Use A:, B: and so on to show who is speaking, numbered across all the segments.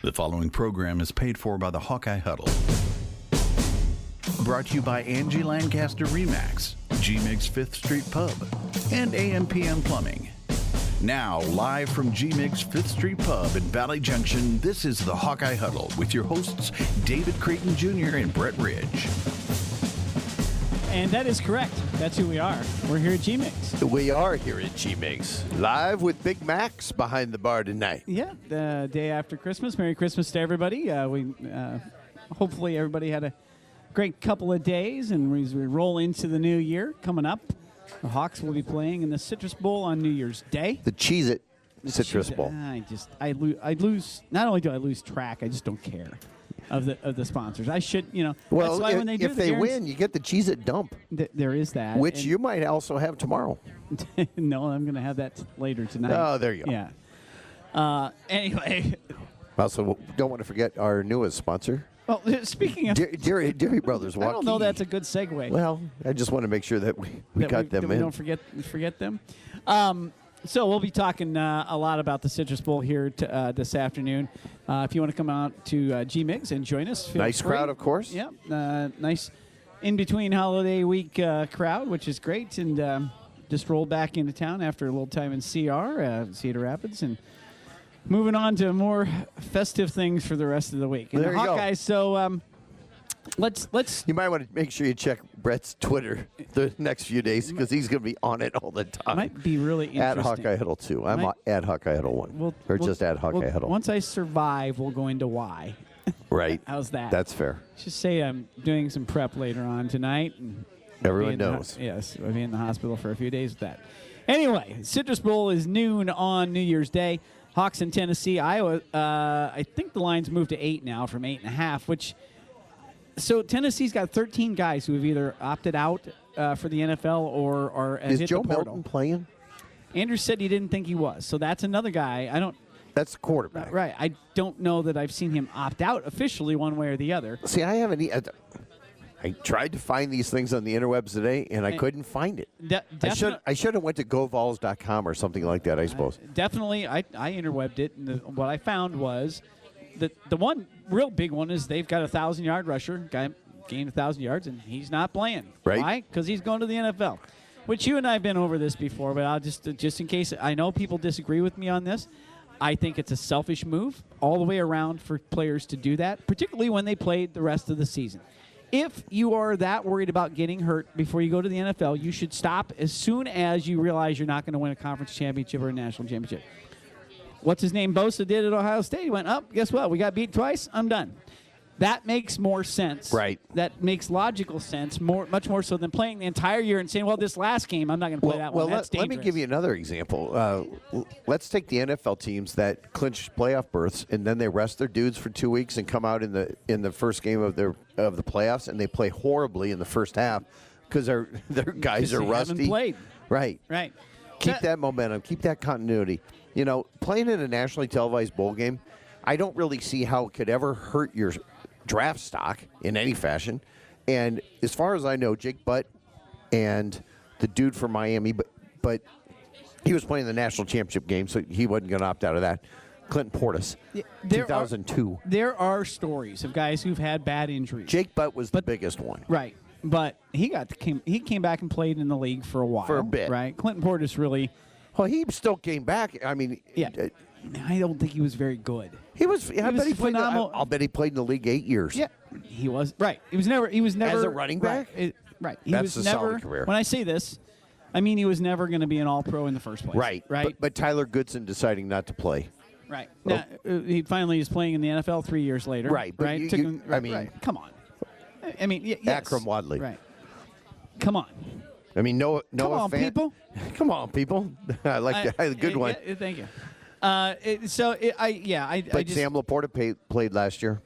A: The following program is paid for by the Hawkeye Huddle. Brought to you by Angie Lancaster Remax, G-Mig's Fifth Street Pub, and AMPM Plumbing. Now, live from G-Mig's Fifth Street Pub in Valley Junction, this is the Hawkeye Huddle with your hosts, David Creighton Jr. and Brett Ridge.
B: And that is correct. That's who we are. We're here at G Mix.
C: We are here at G Mix, live with Big Max behind the bar tonight.
B: Yeah, the day after Christmas. Merry Christmas to everybody. Uh, we uh, hopefully everybody had a great couple of days, and as we roll into the new year coming up, the Hawks will be playing in the Citrus Bowl on New Year's Day.
C: The Cheez It Citrus
B: Jeez,
C: Bowl.
B: I just I lose I lose. Not only do I lose track, I just don't care of the of the sponsors. I should you know.
C: Well,
B: that's why
C: if,
B: when they do
C: if
B: the
C: they
B: guarantee-
C: win, you get the Cheez It dump,
B: th- there is that.
C: which
B: and-
C: you might also have tomorrow.
B: no, I'm going to have that t- later tonight.
C: Oh, there you go.
B: Yeah. Uh, anyway,
C: Also, don't want to forget our newest sponsor,
B: well, speaking of,
C: Dear- Dear- Deary Brothers Waukee.
B: I don't know that's a good segue.
C: Well, I just want to make sure that we, we
B: that
C: got
B: we,
C: them
B: that We
C: in.
B: don't forget forget them. Um, so we'll be talking uh, a lot about the Citrus Bowl here t- uh, this afternoon. Uh, if you want to come out to uh, G Mix and join us, feel
C: Nice
B: free.
C: crowd, of course.
B: Yeah, uh, nice in between holiday week uh, crowd, which is great. And um, just roll back into town after a little time in CR, uh, Cedar Rapids, and moving on to more festive things for the rest of the week. And
C: There
B: the
C: you go.
B: Hawkeyes, so um, let's let's
C: You might want to make sure you check Brett's Twitter the next few days because he's going to be on it all the time.
B: might be really interesting.
C: Uh, at Hawkeye Huddle 2. I'm
B: Might-
C: at Hawkeye Huddle 1.
B: We'll,
C: or
B: we'll-
C: just at Hawkeye
B: we'll-
C: Huddle.
B: Once I survive, we'll go into why.
C: right.
B: How's that?
C: That's fair.
B: Let's just say I'm doing some prep later on tonight. And
C: Everyone
B: be in the ho-
C: knows.
B: yes, I'll be in the hospital for a few days with that. Anyway, Citrus Bowl is noon on New Year's Day. Hawks in Tennessee, Iowa. Uh, I think the line's moved to eight now from eight and a half, which. So Tennessee's got 13 guys who have either opted out uh, for the NFL or are have
C: Is
B: hit
C: Joe
B: the portal.
C: Milton playing?
B: Andrew said he didn't think he was, so that's another guy. I don't
C: That's the quarterback.
B: Uh, Right. I don't know that I've seen him opt out officially one way or the other.
C: See, I haven't. e- I, I tried to find these things on the interwebs today, and I
B: Eh.
C: couldn't find it.
B: De-
C: I should
B: defini-
C: I should have went to govols.com or something like that. I suppose.
B: definitely, I, I interwebbed it, and the, what I found was that the one real big one is they've got a thousand yard rusher, guy gained a thousand yards, and he's not playing.
C: Right.
B: Why? Because he's going to the NFL. Which you and I have been over this before, but I'll just uh, just in case I know people disagree with me on this. I think it's a selfish move all the way around for players to do that, particularly when they played the rest of the season. If you are that worried about getting hurt before you go to the NFL, you should stop as soon as you realize you're not going to win a conference championship or a national championship what's his name Bosa did at Ohio State. He went up. guess what? We got beat twice. I'm done. That makes more sense.
C: Right.
B: That makes logical sense. More, much more so than playing the entire year and saying, "Well, this last game, I'm not going to play
C: Well,
B: that
C: well
B: one."
C: let,
B: That's
C: let me
B: dangerous.
C: give you another example. Uh, l- let's take the NFL teams that clinch playoff berths, and then they rest their dudes for two weeks and come out in the in the first game of their of the playoffs, and they play horribly in the first half because their their
B: Because
C: guys are
B: they haven't
C: rusty.
B: played.
C: Right.
B: right.
C: Keep that momentum. Keep that continuity. You know, playing in a nationally televised bowl game, I don't really see how it could ever hurt your draft stock in any fashion. And as far as I know, Jake Butt and the dude from Miami, but but he was playing the national championship game, so he wasn't going to opt out of that. Clinton Portis,
B: Yeah, there are-
C: 2002.
B: There are stories of guys who've had bad injuries.
C: Jake Butt was
B: But-
C: the biggest one.
B: Right. But he got to came he came back and played in the league for a while.
C: For a bit.
B: Right. Clinton Portis really.
C: Well, he still came back. I mean,
B: Yeah.
C: uh,
B: I don't think he was very good.
C: he was. I
B: was
C: bet he played.
B: phenomenal.
C: I'll bet he played in the league eight years.
B: Yeah, he was right. He was never. He was never
C: a running
B: right,
C: back?
B: it- right. He was
C: That's a solid
B: never.
C: career.
B: When I say this, I mean he was never going to be an All-Pro in the first place.
C: Right.
B: Right.
C: But, but Tyler Goodson deciding not to play.
B: right. Now, uh, he finally is playing in the NFL three years later.
C: Right, but
B: Right.
C: you-
B: Took
C: you-
B: him-
C: I
B: right,
C: mean-
B: right. come on. I- I mean, y- yes.
C: Akram Wadley.
B: Right. Come on.
C: I mean, Noah, Noah
B: on,
C: Fant-
B: people.
C: Come on, people. I like that.
B: I-
C: Good
B: I-
C: one.
B: yeah, thank you. Uh, it, so it, I yeah I, I
C: but
B: just
C: Sam Laporta pay, played last year,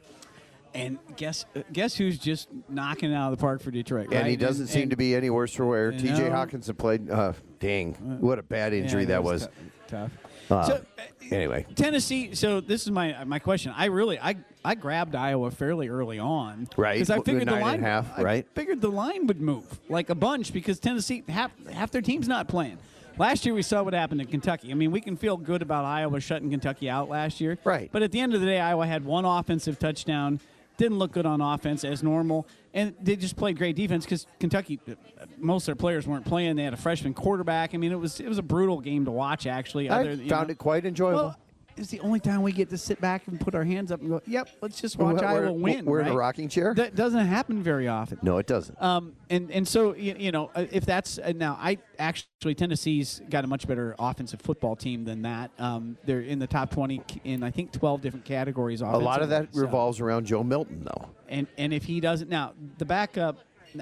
B: and guess guess who's just knocking it out of the park for Detroit
C: and
B: right?
C: he doesn't seem
B: and-
C: to be any worse for wear.
B: You
C: T.J.
B: know-
C: Hawkinson played. Uh, dang, what a bad injury
B: Yeah,
C: that was.
B: tou- tough.
C: Uh,
B: so, uh,
C: anyway.
B: Tennessee. So this is my my question. I really I I grabbed Iowa fairly early on,
C: Right,
B: Because I
C: w-
B: figured the
C: nine
B: line
C: and a half,
B: I
C: right?
B: figured the line would move like a bunch because Tennessee half half their team's not playing. Last year we saw what happened in Kentucky. I mean, we can feel good about Iowa shutting Kentucky out last year.
C: Right.
B: But at the end of the day, Iowa had one offensive touchdown. Didn't look good on offense as normal, and they just played great defense because Kentucky, uh, most of their players weren't playing. They had a freshman quarterback. I mean, it was it was a brutal game to watch. Actually,
C: I
B: other than- you
C: found
B: know.
C: it quite enjoyable.
B: Well, it's the only time we get to sit back and put our hands up and go, "Yep, let's just watch
C: We're-
B: Iowa
C: we're-
B: win."
C: we're in a
B: right?
C: rocking chair?
B: That doesn't happen very often.
C: no, it doesn't.
B: Um, and and so you, you know uh, if that's uh, now I actually Tennessee's got a much better offensive football team than that. Um, they're in the top twenty c- in I think twelve different categories.
C: a lot of that
B: offensively, so-
C: revolves around Joe Milton, though.
B: And and if he doesn't now the backup,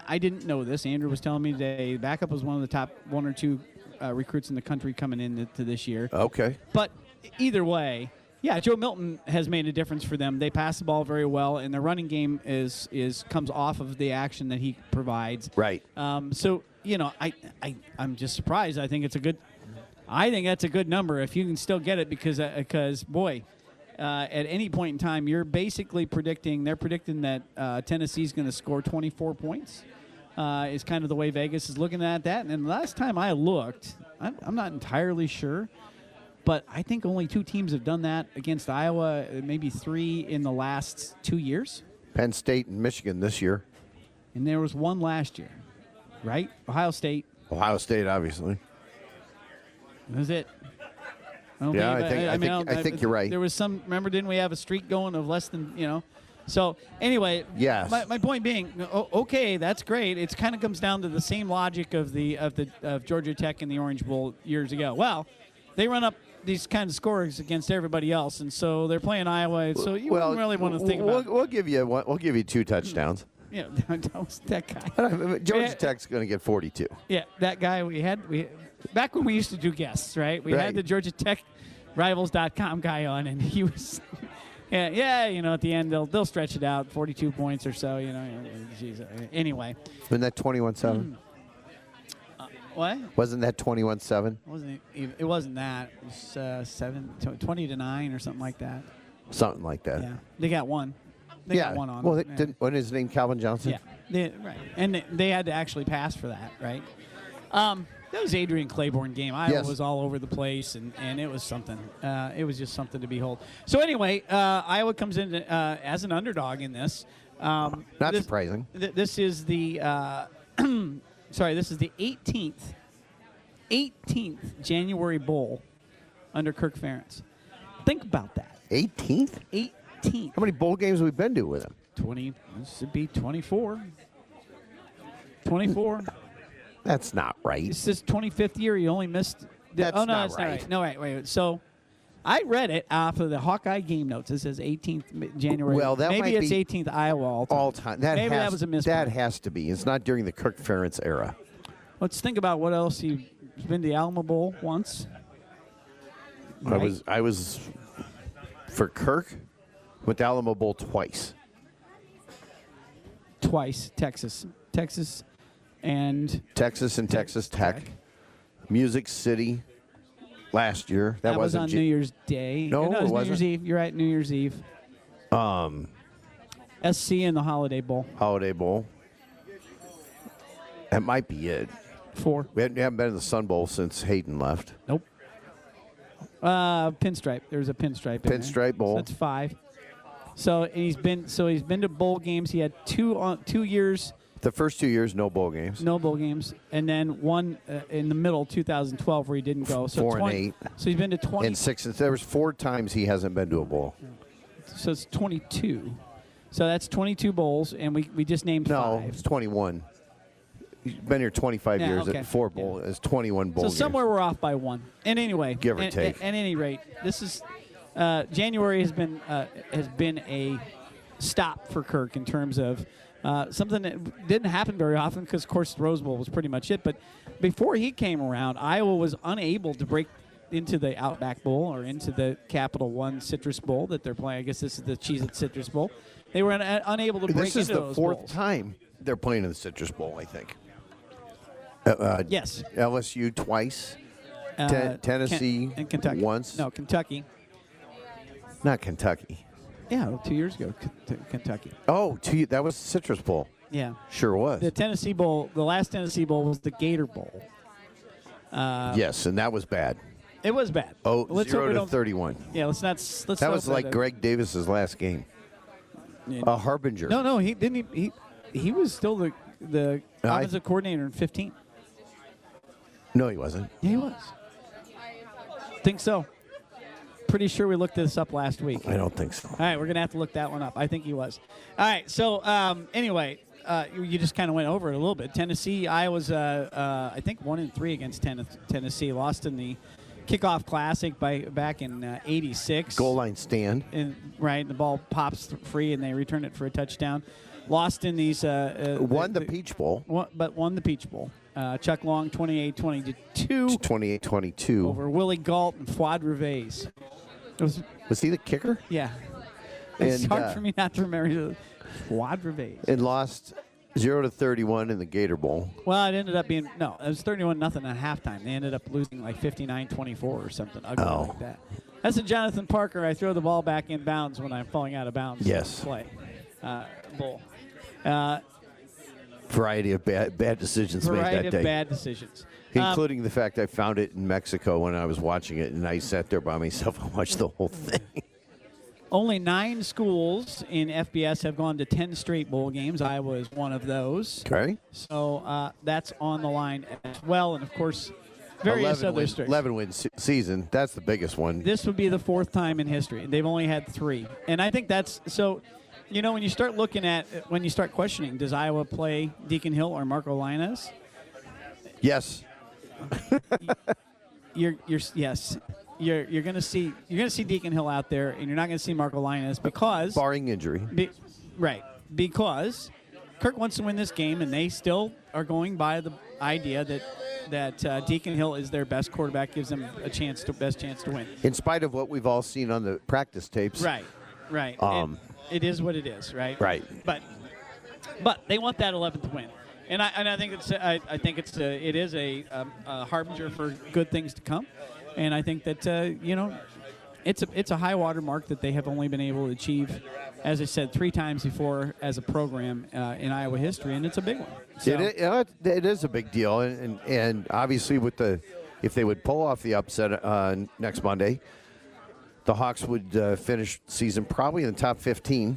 B: I didn't know this. Andrew was telling me today. The backup was one of the top one or two uh, recruits in the country coming into to this year.
C: Okay.
B: But either way, yeah, Joe Milton has made a difference for them. They pass the ball very well, and their running game is is comes off of the action that he provides.
C: Right.
B: Um, so you know, I I I'm just surprised. I think it's a good. I think that's a good number if you can still get it because because boy. Uh, at any point in time, you're basically predicting. They're predicting that uh, Tennessee's going to score 24 points. Uh, is kind of the way Vegas is looking at that. And then last time I looked, I'm, I'm not entirely sure, but I think only two teams have done that against Iowa, uh, maybe three in the last two years.
C: Penn State and Michigan this year.
B: And there was one last year, right? Ohio State.
C: Ohio State, obviously.
B: That was it. I don't
C: Yeah, I
B: anybody-
C: think- I
B: mean,
C: think- I think you're right.
B: There was some. Remember, didn't we have a streak going of less than you know? So anyway,
C: Yes.
B: My, my point being, o- okay, that's great. It kind of comes down to the same logic of the of the of Georgia Tech and the Orange Bowl years ago. Well, they run up these kind of scores against everybody else, and so they're playing Iowa. So you wouldn't really want to think
C: we'll,
B: about.
C: We'll give you one, we'll give you two touchdowns.
B: Yeah, that was that guy.
C: uh, Georgia
B: Yeah.
C: Tech's going to get 42.
B: Yeah, that guy we had we back when we used to do guests, right? We
C: Right.
B: had the Georgia Tech rivals.com guy on and he was yeah, yeah, you know, at the end they'll they'll stretch it out 42 points or so, you know. Geez, uh, anyway.
C: Wasn't that 21-7?
B: Hmm. What?
C: Wasn't that 21-7?
B: Wasn't it, it wasn't that. It was uh, 7 tw- 20 to 9 or something like that.
C: Something like that.
B: Yeah. They got one. They
C: yeah.
B: got one on.
C: well,
B: it.
C: it didn't, wasn't his name Calvin Johnson?
B: Yeah, they, right. And they- they had to actually pass for that, right? Um, that was Adrian Claiborne game. Iowa
C: Yes.
B: was all over the place, and, and it was something. Uh, it was just something to behold. So anyway, uh, Iowa comes in uh, as an underdog in this. Um,
C: Not
B: this-
C: surprising.
B: th- this is the uh, sorry. This is the 18th, 18th January Bowl under Kirk Ferentz. Think about that.
C: 18th?
B: 18th.
C: How many bowl games have we been to with him?
B: 20 this would be 24 24
C: That's not right.
B: this is 25th year you only missed the,
C: That's
B: oh no
C: not
B: it's
C: right.
B: not right no wait wait so I read it off of the Hawkeye game notes. It says 18th Mi- January.
C: Well, that
B: maybe
C: might
B: it's
C: be
B: 18th Iowa. All time.
C: All time. That
B: maybe
C: has,
B: that was a misprint.
C: That has to be. It's not during the Kirk Ferentz era.
B: Let's think about what else he's been to the Alamo Bowl once.
C: I
B: Right?
C: was I was for Kirk with Alamo Bowl twice.
B: twice Texas, Texas, and
C: Texas and Texas Tech.
B: Tech.
C: Music City last year. That,
B: that, was
C: wasn't
B: on
C: Jan-
B: New Year's Day.
C: No,
B: it
C: it
B: was New
C: wasn't.
B: Year's Eve. You're right, New Year's Eve.
C: um
B: SC in the Holiday Bowl.
C: Holiday Bowl. That might be it.
B: Four.
C: We haven't, haven't been in the Sun Bowl since Hayden left.
B: Nope. Uh, pinstripe. There's a pinstripe. in there.
C: Pinstripe
B: So
C: Bowl.
B: that's five. So and he's been so he's been to bowl games. He had two on two years
C: The first two years, no bowl games.
B: no bowl games, and then one uh, in the middle 2012 where he didn't go. So
C: Four and
B: 20
C: eight.
B: So he's been to 20.
C: And six. There was four times he hasn't been to a bowl.
B: so it's 22. So that's 22 bowls, and we, we just named
C: No,
B: five.
C: it's 21. He's been here 25
B: Yeah,
C: years
B: okay.
C: at four bowl. It's 21 bowl
B: So
C: games.
B: somewhere we're off by one. And anyway,
C: Give or
B: and-
C: take.
B: At, any rate, this is uh, January has been uh, has been a stop for Kirk in terms of uh, something that didn't happen very often because, of course, the Rose Bowl was pretty much it. But before he came around, Iowa was unable to break into the Outback Bowl or into the Capital One Citrus Bowl that they're playing. I guess this is the Cheez It Citrus Bowl. They were un- uh, unable to break
C: This is
B: into
C: the
B: those
C: fourth
B: bowls.
C: time they're playing in the Citrus Bowl, I think. Uh, uh,
B: Yes. uh,
C: LSU twice, Ten-
B: Ken-
C: Tennessee
B: and Kentucky
C: once.
B: No, Kentucky.
C: not Kentucky.
B: Yeah, two years ago, K- t- Kentucky.
C: Oh, two, that was Citrus Bowl.
B: Yeah.
C: Sure was.
B: The Tennessee Bowl, the last Tennessee Bowl was the Gator Bowl.
C: yes, and that was bad.
B: It was bad.
C: Oh,
B: uh, Let's hope
C: zero
B: we
C: to
B: don't-
C: 31.
B: Yeah, let's not. s- Let's
C: That
B: hope
C: was like
B: uh,
C: Greg Davis's last game. A harbinger.
B: No, no, he didn't. He he, he was still the the
C: No, I-
B: offensive coordinator in 15.
C: No, he wasn't.
B: Yeah, he was. Think so. Pretty sure we looked this up last week.
C: I don't think so.
B: All right, we're gonna have to look that one up. I think he was. All right, so um, anyway, uh, you, you just kind of went over it a little bit. Tennessee, Iowa's, uh, uh, I think one in three against Ten- Tennessee, lost in the kickoff classic by back in uh, '86.
C: Goal line stand.
B: and right, the ball pops th- free, and they return it for a touchdown. Lost in these. Uh, uh,
C: Won the Peach Bowl.
B: won- but won the Peach Bowl. Uh, Chuck Long, 28-22
C: 28 22.
B: over Willie Galt and Fuad Reves. It was,
C: Was he the kicker?
B: yeah. It's
C: And,
B: hard
C: uh,
B: for me not to remember Fuad Reves.
C: And lost 0 to 31 in the Gator Bowl.
B: Well, it ended up being no. It was thirty-one nothing at halftime. They ended up losing like 59-24 or something ugly
C: Oh.
B: like that. That's a Jonathan Parker. I throw the ball back in bounds when I'm falling out of bounds.
C: Yes.
B: Play. Uh, bowl. Uh,
C: Variety of bad, bad decisions
B: variety
C: made that
B: of
C: day.
B: bad decisions. Um,
C: Including the fact I found it in Mexico when I was watching it, and I sat there by myself and watched the whole thing.
B: Only nine schools in FBS have gone to 10 straight bowl games. Iowa is one of those.
C: Okay.
B: So uh, that's on the line as well. And of course, various other
C: win,
B: districts.
C: 11 win se- season. That's the biggest one.
B: This would be the fourth time in history. They've only had three. And I think that's so, you know, when you start looking at, when you start questioning, does Iowa play Deacon Hill or Marco Linus?
C: yes.
B: You're, you're, yes. You're, you're gonna see you're gonna see Deacon Hill out there, and you're not gonna see Marco Linus because
C: Barring injury.
B: Be, right, because Kirk wants to win this game, and they still are going by the idea that that uh, Deacon Hill is their best quarterback, gives them a chance to best chance to win.
C: In spite of what we've all seen on the practice tapes.
B: Right, right. It-
C: Um,
B: it is what it is, right?
C: Right.
B: But but they want that 11th win, and I and I think it's I, I think it's a, it is a, um a harbinger for good things to come, and I think that uh, you know. It's a, it's a high water mark that they have only been able to achieve, as I said, three times before as a program uh, in Iowa history, and it's a big one. So,
C: It, i- uh, it is a big deal, and, and, and obviously with the if they would pull off the upset uh, next Monday, the Hawks would uh, finish season probably in the top 15.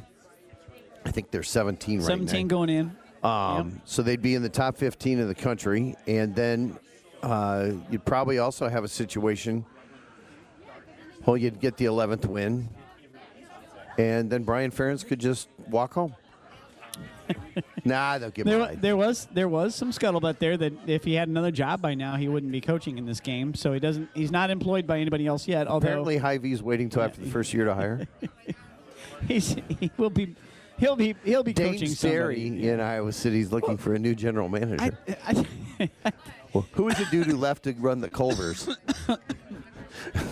C: I think they're 17 right
B: 17
C: now.
B: going in.
C: Um, So they'd be in the top 15 of the country, and then uh, you'd probably also have a situation. Well, you'd get the 11th win, and then Brian Ferentz could just walk home. nah, they'll get
B: There, wa-
C: by.
B: there was there was some scuttlebutt there that if he had another job by now, he wouldn't be coaching in this game. So he doesn't. He's not employed by anybody else yet. Although
C: Apparently, High V's waiting till after the first year to hire.
B: he's, he will be, he'll be he'll be
C: Dane
B: coaching
C: Sperry
B: somebody.
C: in Iowa City is looking for a new general manager.
B: I, I,
C: Well, who is the dude who left to run the Culvers?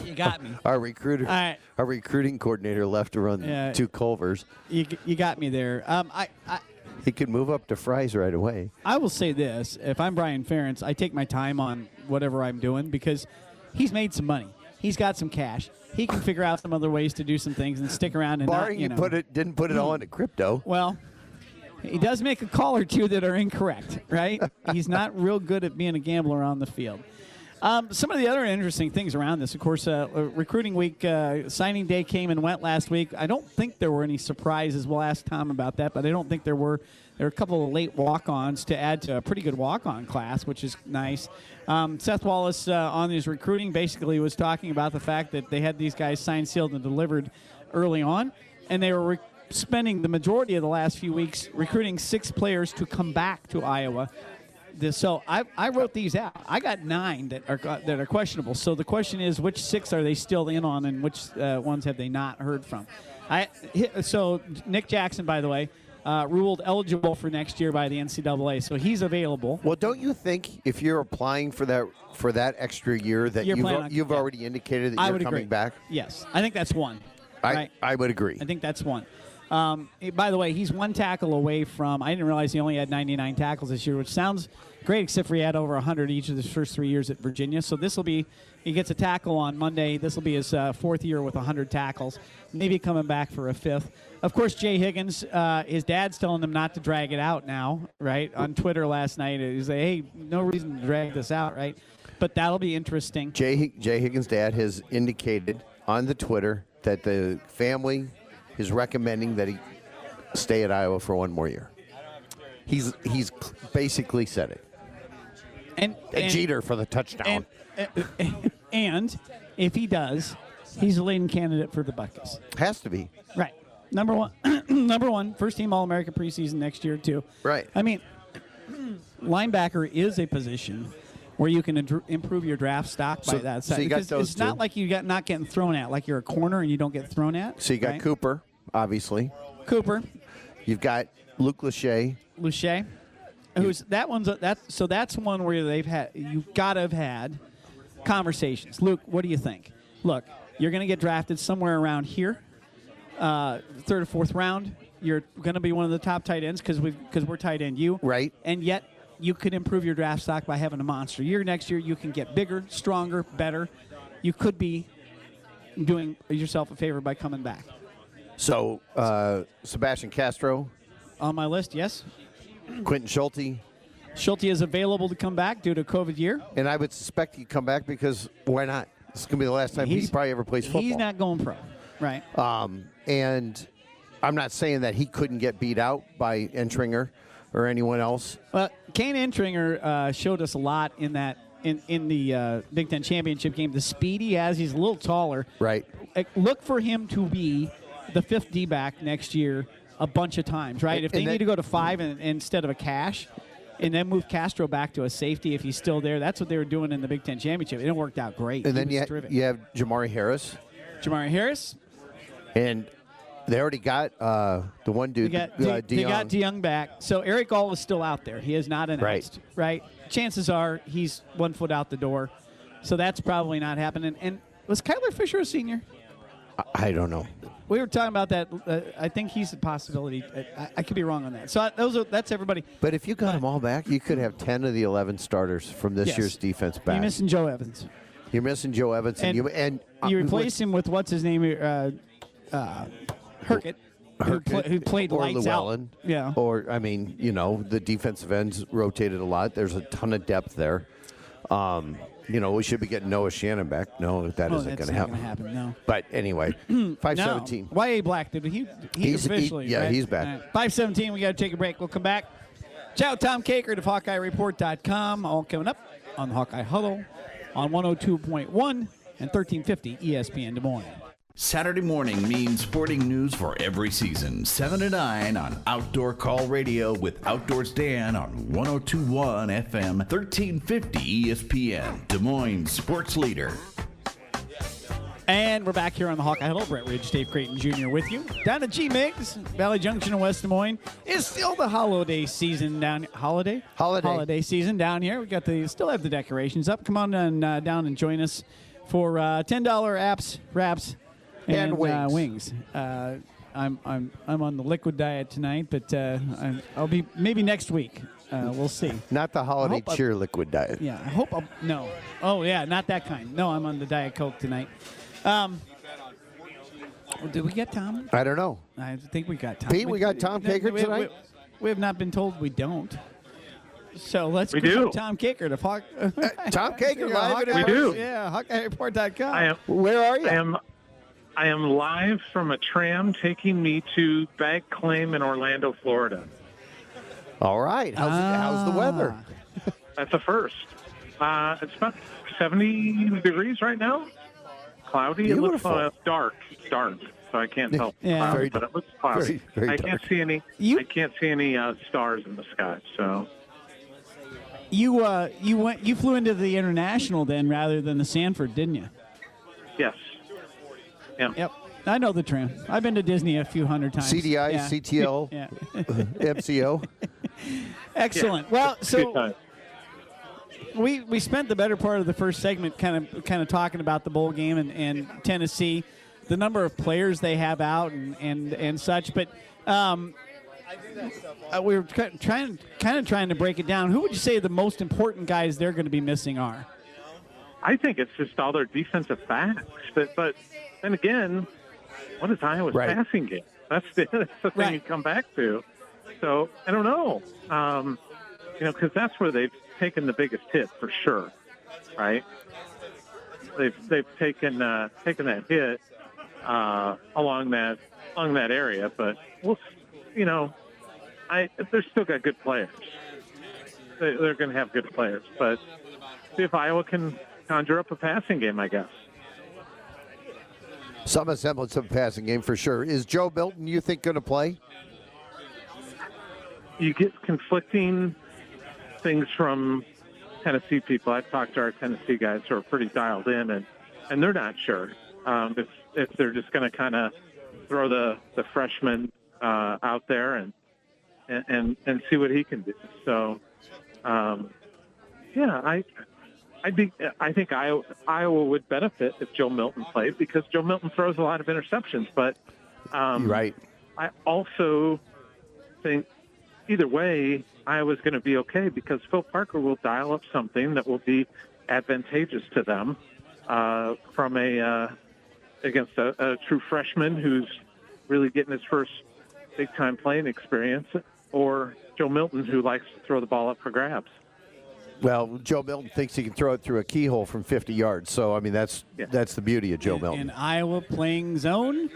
B: you got me.
C: Our recruiter,
B: All right.
C: our recruiting coordinator left to run
B: Yeah.
C: two Culvers.
B: You, g- you got me there. Um, I, I
C: He could move up to Fry's right away.
B: I will say this: if I'm Brian Ferentz, I take my time on whatever I'm doing because he's made some money. He's got some cash. He can figure out some other ways to do some things and stick around and
C: Barring
B: not, you
C: he
B: know.
C: put it didn't put it all into crypto.
B: Well, he does make a call or two that are incorrect, right? He's not real good at being a gambler on the field. Um, some of the other interesting things around this, of course, uh, uh, recruiting week, uh, signing day came and went last week. I don't think there were any surprises. We'll ask Tom about that, but I don't think there were. There were a couple of late walk-ons to add to a pretty good walk-on class, which is nice. Um, Seth Wallace uh, on his recruiting basically was talking about the fact that they had these guys signed, sealed, and delivered early on, and they were re- spending the majority of the last few weeks recruiting six players to come back to Iowa. This, so I, I wrote these out. I got nine that are that are questionable. So the question is, which six are they still in on, and which uh, ones have they not heard from? I hi- so Nick Jackson, by the way, uh, ruled eligible for next year by the NCAA, so he's available.
C: Well, don't you think if you're applying for that for that extra year that
B: You're
C: you've
B: planning on-
C: you've
B: yeah.
C: already indicated that
B: I
C: you're
B: would
C: coming
B: agree.
C: back?
B: Yes, I think that's one.
C: I
B: right?
C: I would agree.
B: I think that's one. Um, eh, by the way, he's one tackle away from. I didn't realize he only had 99 tackles this year, which sounds great, except for he had over 100 each of his first three years at Virginia. So this will be, he gets a tackle on Monday. This will be his uh, fourth year with 100 tackles, maybe coming back for a fifth. Of course, Jay Higgins, uh, his dad's telling him not to drag it out now, right? On Twitter last night, he said, hey, no reason to drag this out, right? but that'll be interesting.
C: Jay, Hig- Jay Higgins' dad has indicated on the Twitter that the family is recommending that he stay at Iowa for one more year. He's he's cl- basically said it.
B: And,
C: And,
B: and-
C: Jeter for the touchdown.
B: and, and, and if he does, he's a leading candidate for the Buckus.
C: Has to be.
B: Right. Number one, number one, first team All America preseason next year too.
C: Right.
B: I mean, linebacker is a position where you can adr- improve your draft stock by
C: So-
B: that
C: so
B: side.
C: you got
B: because
C: those
B: it's not
C: two.
B: like you got not getting thrown at, like you're a corner and you don't get thrown at.
C: So you got
B: right?
C: Cooper, obviously.
B: Cooper,
C: You've got Luke Lachey.
B: Luche, who's that one's a, that's so that's one where they've had you've got to have had conversations. Luke, what do you think? Look, you're going to get drafted somewhere around here, uh, third or fourth round. You're going to be one of the top tight ends because we because we're tight end you
C: Right.
B: and yet you could improve your draft stock by having a monster year next year. You can get bigger, stronger, better. You could be doing yourself a favor by coming back.
C: So uh, Sebastian Castro,
B: On my list, yes,
C: Quentin Schulte,
B: Schulte is available to come back due to COVID year.
C: and I would suspect he'd come back because why not? This is gonna be the last time he probably ever plays football.
B: He's not going pro, right?
C: Um, and I'm not saying that he couldn't get beat out by Entringer or anyone else.
B: Well, Uh, Kane Entringer uh, showed us a lot in that in in the uh, Big Ten championship game. The speed he has, he's a little taller.
C: Right.
B: Uh, Look for him to be the fifth D back next year a bunch of times, right?
C: And-
B: If they
C: and that-
B: need to go to five and, instead of a cash. And then move Castro back to a safety if he's still there. That's what they were doing in the Big Ten championship. It worked out great. He
C: And then
B: was
C: you, ha-
B: terrific.
C: you have Jamari Harris,
B: Jamari Harris,
C: and they already got uh, the one dude,
B: They got, De-
C: uh,
B: they got
C: DeYoung.
B: DeYoung back. So Eric All is still out there. He is not announced, right. Chances are he's one foot out the door. So that's probably not happening. And was Kyler Fisher a senior?
C: I I don't know.
B: We were talking about that. Uh, I think he's a possibility. I, I- I could be wrong on that. So I, those are, that's everybody.
C: But if you got them all back, you could have 10 of the 11 starters from this
B: Yes.
C: year's defense back.
B: You're missing Joe Evans.
C: You're missing Joe Evans. And,
B: And
C: you, and uh,
B: You replace him with what's his name? Uh, uh, Herkett. Who, pla- who played
C: or
B: lights
C: Llewellyn. Oh,
B: out? Yeah,
C: Or, I mean, you know, the defensive ends rotated a lot. There's a ton of depth there. Um, you know, we should be getting Noah Shannon back. No, that
B: Oh,
C: not going
B: that's
C: to
B: not
C: happen.
B: gonna happen. No,
C: But anyway, 517.
B: No. YA Black, did he? He's,
C: He's- he-
B: officially.
C: yeah,
B: right?
C: he's back.
B: All right. 517, we got to take a break. We'll come back. Ciao, Tom Cakert of HawkeyeReport.com. All coming up on the Hawkeye Huddle on 102.1 and E 1350 ESPN Des Moines.
A: Saturday morning means sporting news for every season. 7 to 9 on Outdoor Call Radio with Outdoors Dan on 1021 FM 1350 ESPN, Des Moines sports leader.
B: And we're back here on the Hawkeye Huddle. Brett Ridge, Dave Creighton Jr. with you. Down at G Miggs, Valley Junction in West Des Moines. It's still the holiday season down holiday?
C: Holiday.
B: Holiday season down here. We got the still have the decorations up. Come on and, uh, down and join us for uh, ten dollar apps, wraps,
C: And
B: Uh,
C: wings.
B: wings. Uh, I'm, I'm, I'm on the liquid diet tonight, but uh, I'm, I'll be maybe next week. Uh, we'll see.
C: Not the holiday
B: hope I-
C: cheer liquid diet.
B: Yeah, I hope I'll, no. Oh yeah, not that kind. No, I'm on the diet coke tonight. Um, well, did we get Tom?
C: I don't know.
B: I think we got Tom.
C: Pete, we got Tom Cakert
B: we-
C: tonight?
B: We, we have not been told we don't. So let's
D: We
B: grab
D: do.
B: Tom Cakert of Hawk.
C: Uh, Tom Cakert live at
B: Hawkeye-
D: We do.
B: Yeah, HawkeyeReport.com.
D: I am,
C: Where are you?
D: I am, I am live from a tram taking me to Bank Claim in Orlando, Florida.
C: All right. How's, how's the weather?
B: Ah.
D: That's a first. Uh, it's about 70 degrees right now. Cloudy. It looks
C: Beautiful.
D: uh, dark, dark. So I can't tell.
B: Yeah.
D: clouds,
C: Very
D: but it looks cloudy.
C: very- very
D: I can't
C: dark.
D: see any.
B: You-
D: I can't see any uh, stars in the sky. So
B: You uh, you went you flew into the international then rather than the Sanford, didn't you?
D: yes. Yeah.
B: Yep. I know the tram. I've been to Disney a few hundred times.
C: CDI,
B: Yeah.
C: CTL,
B: Yeah.
C: MCO.
B: Excellent. Well,
D: Good
B: so
D: time.
B: we we spent the better part of the first segment kind of kind of talking about the bowl game and, and Tennessee, the number of players they have out and and, and such. But um, uh, we were try- trying kind of trying to break it down. Who would you say the most important guys they're going to be missing are?
D: I think it's just all their defensive backs. But, but then again, what is Iowa's
C: Right.
D: passing game? That's the, that's the thing
B: Right.
D: you come back to. So I don't know, um, you know, because that's where they've taken the biggest hit for sure. right? They've they've taken uh, taken that hit uh, along that along that area, but we'll s- you know, I they're still got good players. They, they're going to have good players, but see if Iowa can conjure up a passing game, I guess.
C: Some semblance of a passing game for sure. Is Joe Milton, you think, going to play?
D: you get conflicting things from Tennessee people. I've talked to our Tennessee guys who are pretty dialed in, and, and they're not sure um, if, if they're just going to kind of throw the, the freshman uh, out there and, and- and, and see what he can do. So, um, yeah, I. I think I think Iowa, Iowa would benefit if Joe Milton played because Joe Milton throws a lot of interceptions, but um, I also think either way, Iowa's going to be okay because Phil Parker will dial up something that will be advantageous to them uh, from a uh, against a, a true freshman who's really getting his first big time playing experience, or Joe Milton who likes to throw the ball up for grabs.
C: Well, Joe Milton thinks he can throw it through a keyhole from 50 yards. So, I mean, that's
D: Yeah.
C: that's the beauty of Joe Milton.
B: In Iowa playing zone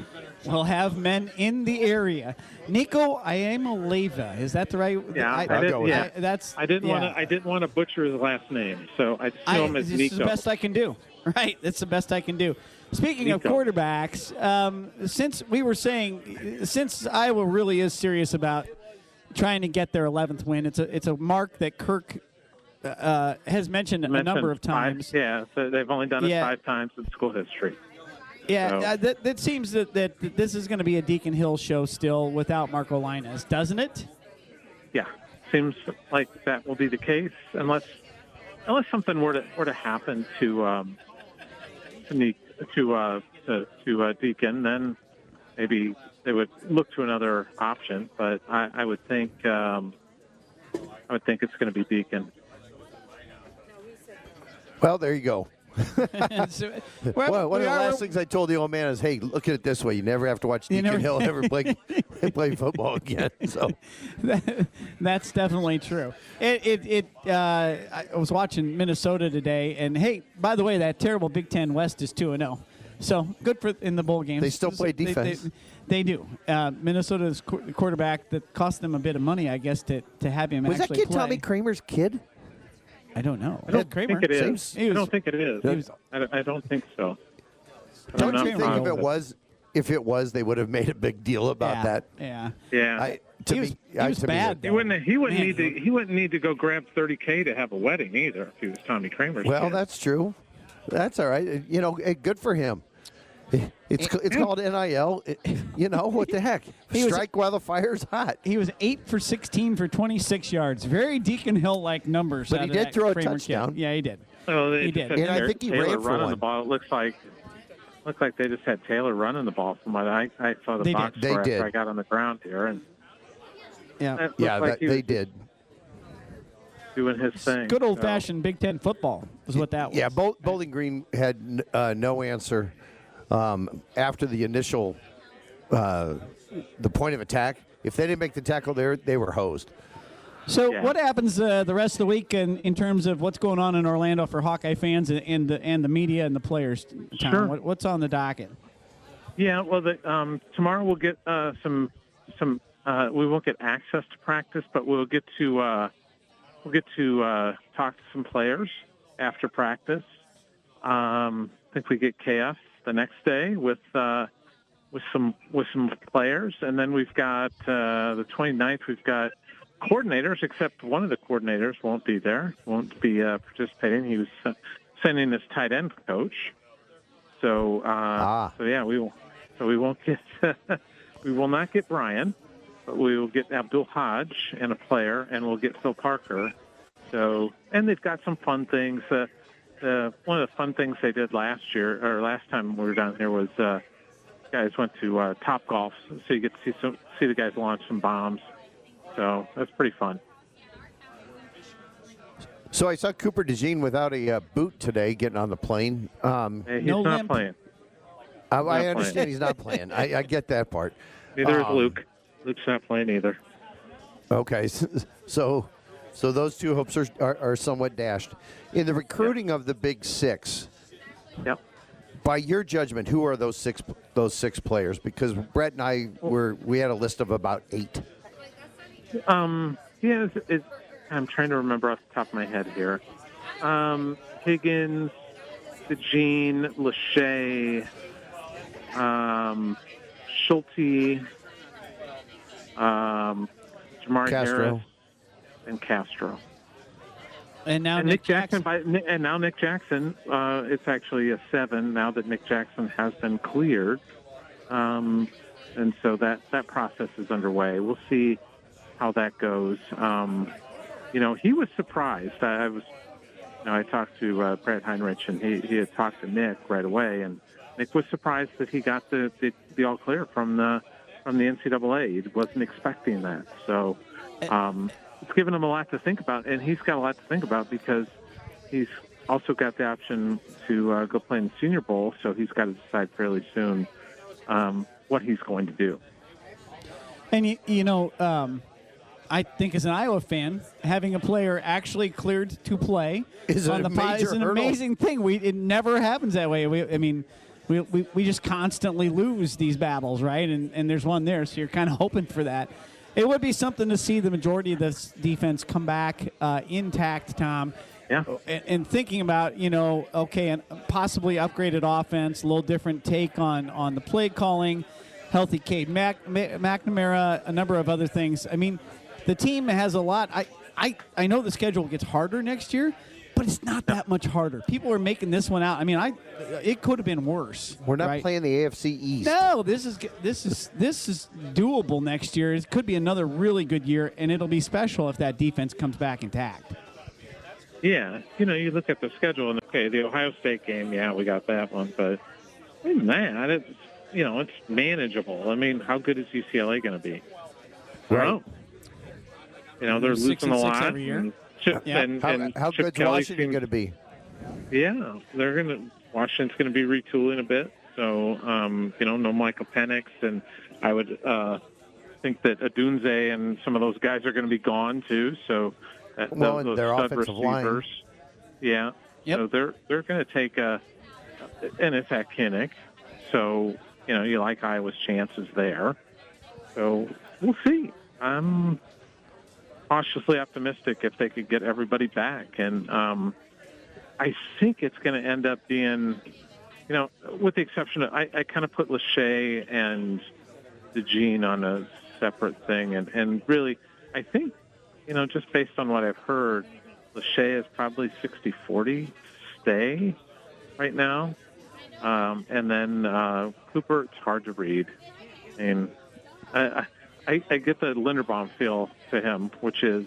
B: will have men in the area. Nico Iamaleva, is that the right?
D: Yeah,
B: I,
D: I did-
C: go with
D: yeah.
B: I- that's.
D: I didn't
B: yeah.
D: want to. I didn't want to butcher his last name, so I just know
B: I,
D: him as
B: this
D: Nico.
B: is the best I can do. Right, that's the best I can do. Speaking of
D: Nico.
B: quarterbacks, um, since we were saying, since Iowa really is serious about trying to get their 11th win, it's a it's a mark that Kirk uh, has mentioned, a number
D: Mentioned
B: of times.
D: Five, yeah, so they've only done it
B: Yeah.
D: five times in school history.
B: Yeah,
D: So-
B: uh, that, that seems that, that that this is going to be a Deacon Hill show still without Marco Linus, doesn't it?
D: yeah, seems like that will be the case unless unless something were to were to happen to um, to Ne- to uh, to, to uh, Deacon, then maybe they would look to another option. But I, I would think um, I would think it's going to be Deacon.
C: Well, there you go.
B: So,
C: Well, one
B: we
C: of the
B: are-
C: last things I told the old man is, "Hey, look at it this way: you never have to watch
B: You
C: Deacon
B: never-
C: Hill ever play play football again." So,
B: That's definitely true. It, it, it uh, I was watching Minnesota today, and hey, by the way, that terrible Big Ten West is two and zero. So good for in the bowl games.
C: They still play
B: They- they-
C: defense.
B: They, do. Uh, Minnesota's qu- quarterback that cost them a bit of money, I guess, to, to have him
C: was that
B: actually
C: kid
B: play.
C: Tommy Kramer's kid?
B: I don't know.
D: I don't
B: Kramer.
D: think it is.
C: seems-
B: He
D: I
B: was-
D: don't think it is.
B: he was-
D: I, don't, I don't think so. I'm
C: Don't
D: not
C: you think if
D: positive.
C: it was, if it was, they would have made a big deal about
B: yeah,
C: that?
B: Yeah.
D: Yeah.
C: I, to
B: He was-
C: me,
B: he
C: I-
B: was
C: to
B: bad,
C: Me,
D: he wouldn't. He wouldn't
B: Man,
D: need to. He wouldn't need to go grab 30k to have a wedding either. If he was Tommy Kramer's
C: well,
D: kid.
C: that's true. That's all right. It- You know, it, good for him. It's ca- it's called nil. It- eh, you know what the heck?
B: He was-
C: Strike while the fire's hot.
B: He was eight for 16 for 26 yards. Very Deacon Hill like numbers.
C: But
B: out
C: he
B: of
C: did
B: that
C: throw a
B: Kramer kid.
C: touchdown.
B: Yeah, he did.
D: Oh, they
B: He
D: just
B: did.
D: had
C: And I
D: Taylor-
C: think he
D: Taylor
C: ran for
D: running
C: one.
D: the ball. It looks like looks like they just had Taylor running the ball from what I, I saw the
B: They
D: box
C: did. They
D: score
C: did.
D: after I got on the ground here, and
B: Yeah.
D: it
C: Yeah,
D: looked like
C: that,
D: he was
C: they did.
D: doing his thing.
B: Good
D: so-
B: old fashioned Big Ten football is what that was.
C: Yeah, Bo- Bowling Green had n- uh, no answer um, after the initial uh, the point of attack. If they didn't make the tackle there, they were hosed.
B: so
D: Yeah.
B: what happens uh, the rest of the week in, in terms of what's going on in Orlando for Hawkeye fans and, and the and the media and the players? Tom?
D: Sure.
B: What, what's on the docket?
D: Yeah, well, the, um, tomorrow we'll get uh, some some. Uh, we won't get access to practice, but we'll get to uh, we'll get to uh, talk to some players after practice. Um, I think we get KF the next day with uh, with some with some players, and then we've got uh, the 29th. We've got coordinators, except one of the coordinators won't be there, won't be uh, participating. He was uh, sending his tight end coach. So, uh,
C: Ah.
D: so yeah, we will. So we won't get we will not get Brian, but we will get Abdul Hodge and a player, and we'll get Phil Parker. So, and they've got some fun things. Uh, uh, one of the fun things they did last year or last time we were down here was uh, guys went to uh, Top Golf, so you get to see some see the guys launch some bombs. So that's pretty fun.
C: So I saw Cooper DeJean without a uh, boot today getting on the plane. Um,
D: Hey, he's
B: No
D: not
B: limp.
D: playing.
C: I, I
D: playing.
C: understand he's not playing. I, I get that part.
D: Neither
C: Um,
D: is Luke. Luke's not playing either.
C: Okay, s- so So those two hopes are, are, are somewhat dashed. In the recruiting of the Big Six,
D: Yep.
C: by your judgment, who are those six those six players? Because Brett and I were we had a list of about eight.
D: Um, yeah, it's, it's, I'm trying to remember off the top of my head here. Um, Higgins, DeGene, Lachey, um, Schulte, um, Jamari
C: Castro.
D: Harris, and Castro.
B: And now
D: and Nick Jackson, by, and now Nick Jackson, uh, it's actually a seven now that Nick Jackson has been cleared, um, and so that that process is underway. We'll see how that goes. Um, you know, he was surprised. I, I was, you know, I talked to uh, Brad Heinrich, and he, he had talked to Nick right away, and Nick was surprised that he got the, the, the all clear from the from the NCAA. He wasn't expecting that, so um, it's given him a lot to think about, and he's got a lot to think about because he's also got the option to uh, go play in the Senior Bowl, so he's got to decide fairly soon um, what he's going to do.
B: And you, you know, um, I think as an Iowa fan, having a player actually cleared to play
C: Is
B: on
C: an
B: the pod is
C: major
B: an
C: hurdle.
B: amazing thing. We it never happens that way. We, I mean, we, we, we just constantly lose these battles, right? And and there's one there, so you're kind of hoping for that. It would be something to see the majority of this defense come back uh, intact, Tom.
D: Yeah.
B: And, and thinking about, you know, okay, and possibly upgraded offense, a little different take on on the play calling, healthy Cade Mac, Ma- McNamara, a number of other things. I mean, the team has a lot. I, I, I know the schedule gets harder next year, but it's not that much harder. People are making this one out. I mean, I, it could have been worse.
C: We're not
B: right?
C: playing the AFC East.
B: No, this is this is this is doable next year. It could be another really good year, and it'll be special if that defense comes back intact.
D: Yeah, you know, you look at the schedule and okay, the Ohio State game, yeah, we got that one, but other than that, it's you know, it's manageable. I mean, how good is UCLA going to be?
C: Right.
D: Well, you know, they're
B: Six
D: losing
B: and
D: a
B: six
D: lot.
B: every year.
D: and Chip-
B: Yeah.
D: and-
C: How,
D: and
C: how
D: Chip
C: good's
D: Kelly
C: Washington
D: seems-
C: going to be?
D: Yeah, they're going to Washington's going to be retooling a bit. So um, you know, no Michael Penix, and I would uh, think that Adunze and some of those guys are going to be gone too. So uh,
C: Well,
D: those,
C: and
D: those
C: their
D: stud
C: offensive line.
D: receivers, yeah.
B: Yep.
D: So they're they're going to take a, and it's at Kinnick. So you know, you like Iowa's chances there. So we'll see. I'm cautiously optimistic if they could get everybody back, and um, I think it's going to end up being, you know, with the exception of I, I kind of put Lachey and the Gene on a separate thing, and and really, I think, you know, just based on what I've heard, Lachey is probably 60-40 stay right now, um, and then uh, Cooper, it's hard to read. I mean, I, I, I get the Linderbaum feel to him, which is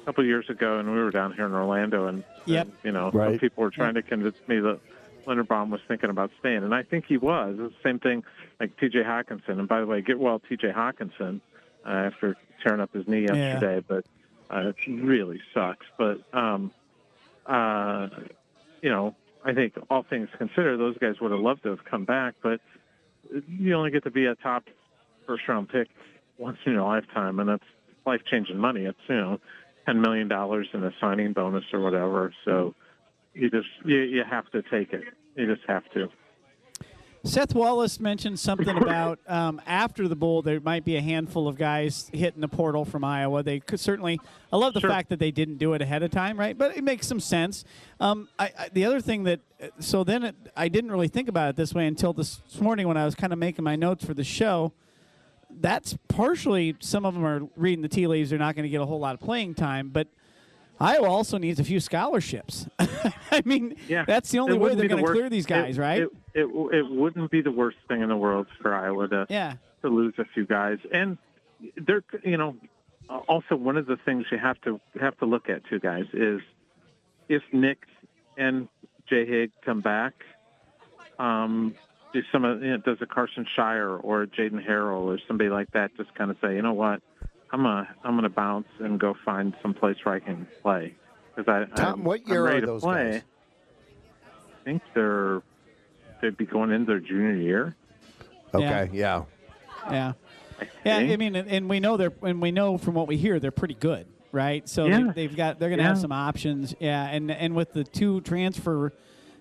D: a couple of years ago, and we were down here in Orlando, and,
B: Yep.
D: and, you know, some
C: Right.
D: people were trying to convince me that Linderbaum was thinking about staying, and I think he was. It's the same thing like T.J. Hawkinson, and by the way, get well, T.J. Hawkinson, uh, after tearing up his knee yesterday, but uh, it really sucks. But um, uh, you know, I think all things considered, those guys would have loved to have come back, but you only get to be a top first round pick once in your lifetime, and that's life changing money. It's you know, ten million dollars in a signing bonus or whatever. So you just you, you have to take it. You just have to.
B: Seth Wallace mentioned something about um, after the bowl, there might be a handful of guys hitting the portal from Iowa. They could certainly, I love the
D: Sure.
B: fact that they didn't do it ahead of time, right? But it makes some sense. Um, I, I, the other thing that, uh, so then it, I didn't really think about it this way until this morning when I was kind of making my notes for the show. That's partially, some of them are reading the tea leaves, they're not going to get a whole lot of playing time, but. Iowa also needs a few scholarships. I mean,
D: Yeah,
B: that's the only
D: It
B: way
D: wouldn't
B: they're
D: be the
B: going to
D: worst-
B: clear these guys,
D: it-
B: right?
D: It, it it wouldn't be the worst thing in the world for Iowa to
B: yeah.
D: to lose a few guys, and they're you know also one of the things you have to have to look at too, guys, is if Nick and Jay Hig come back, um, do some of you know, does a Carson Shire or a Jaden Harrell or somebody like that just kind of say, you know what, I'm gonna I'm gonna bounce and go find some place where I can play because I
C: Tom,
D: I'm,
C: what
D: I'm
C: year
D: ready
C: are
D: to
C: those
D: play.
C: guys?
D: I think they're they'd be going into their junior year.
C: Okay, yeah.
B: Yeah. Yeah, I
D: think.
B: mean, and, and we know they're, and we know from what we hear, they're pretty good. right? So
D: Yeah.
B: they, have got they're going to have
D: Yeah.
B: some options. Yeah, and and with the two transfer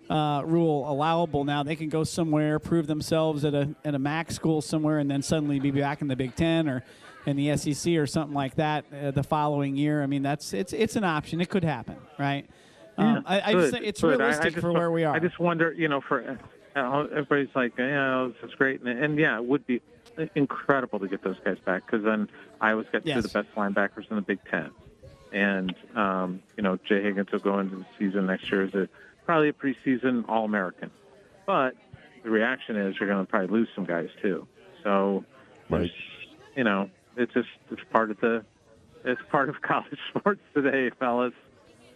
B: uh, rule allowable now, they can go somewhere, prove themselves at a at a MAC school somewhere, and then suddenly be back in the Big Ten or in the SEC or something like that uh, the following year. I mean, that's it's it's an option. It could happen, right?
D: Yeah,
B: um, I, I just
D: good,
B: think it's
D: good. I- I
B: realistic
D: just
B: for
D: wo-
B: where we are.
D: I just wonder, you know, for uh, everybody's like, yeah, this is great, and, and yeah, it would be incredible to get those guys back because then Iowa's got two
B: Yes.
D: of the best linebackers in the Big Ten, and um, you know, Jay Higgins will go into the season next year as a probably a preseason All-American, but the reaction is you're going to probably lose some guys too. So,
C: Right.
D: you know, it's just it's part of the it's part of college sports today, fellas.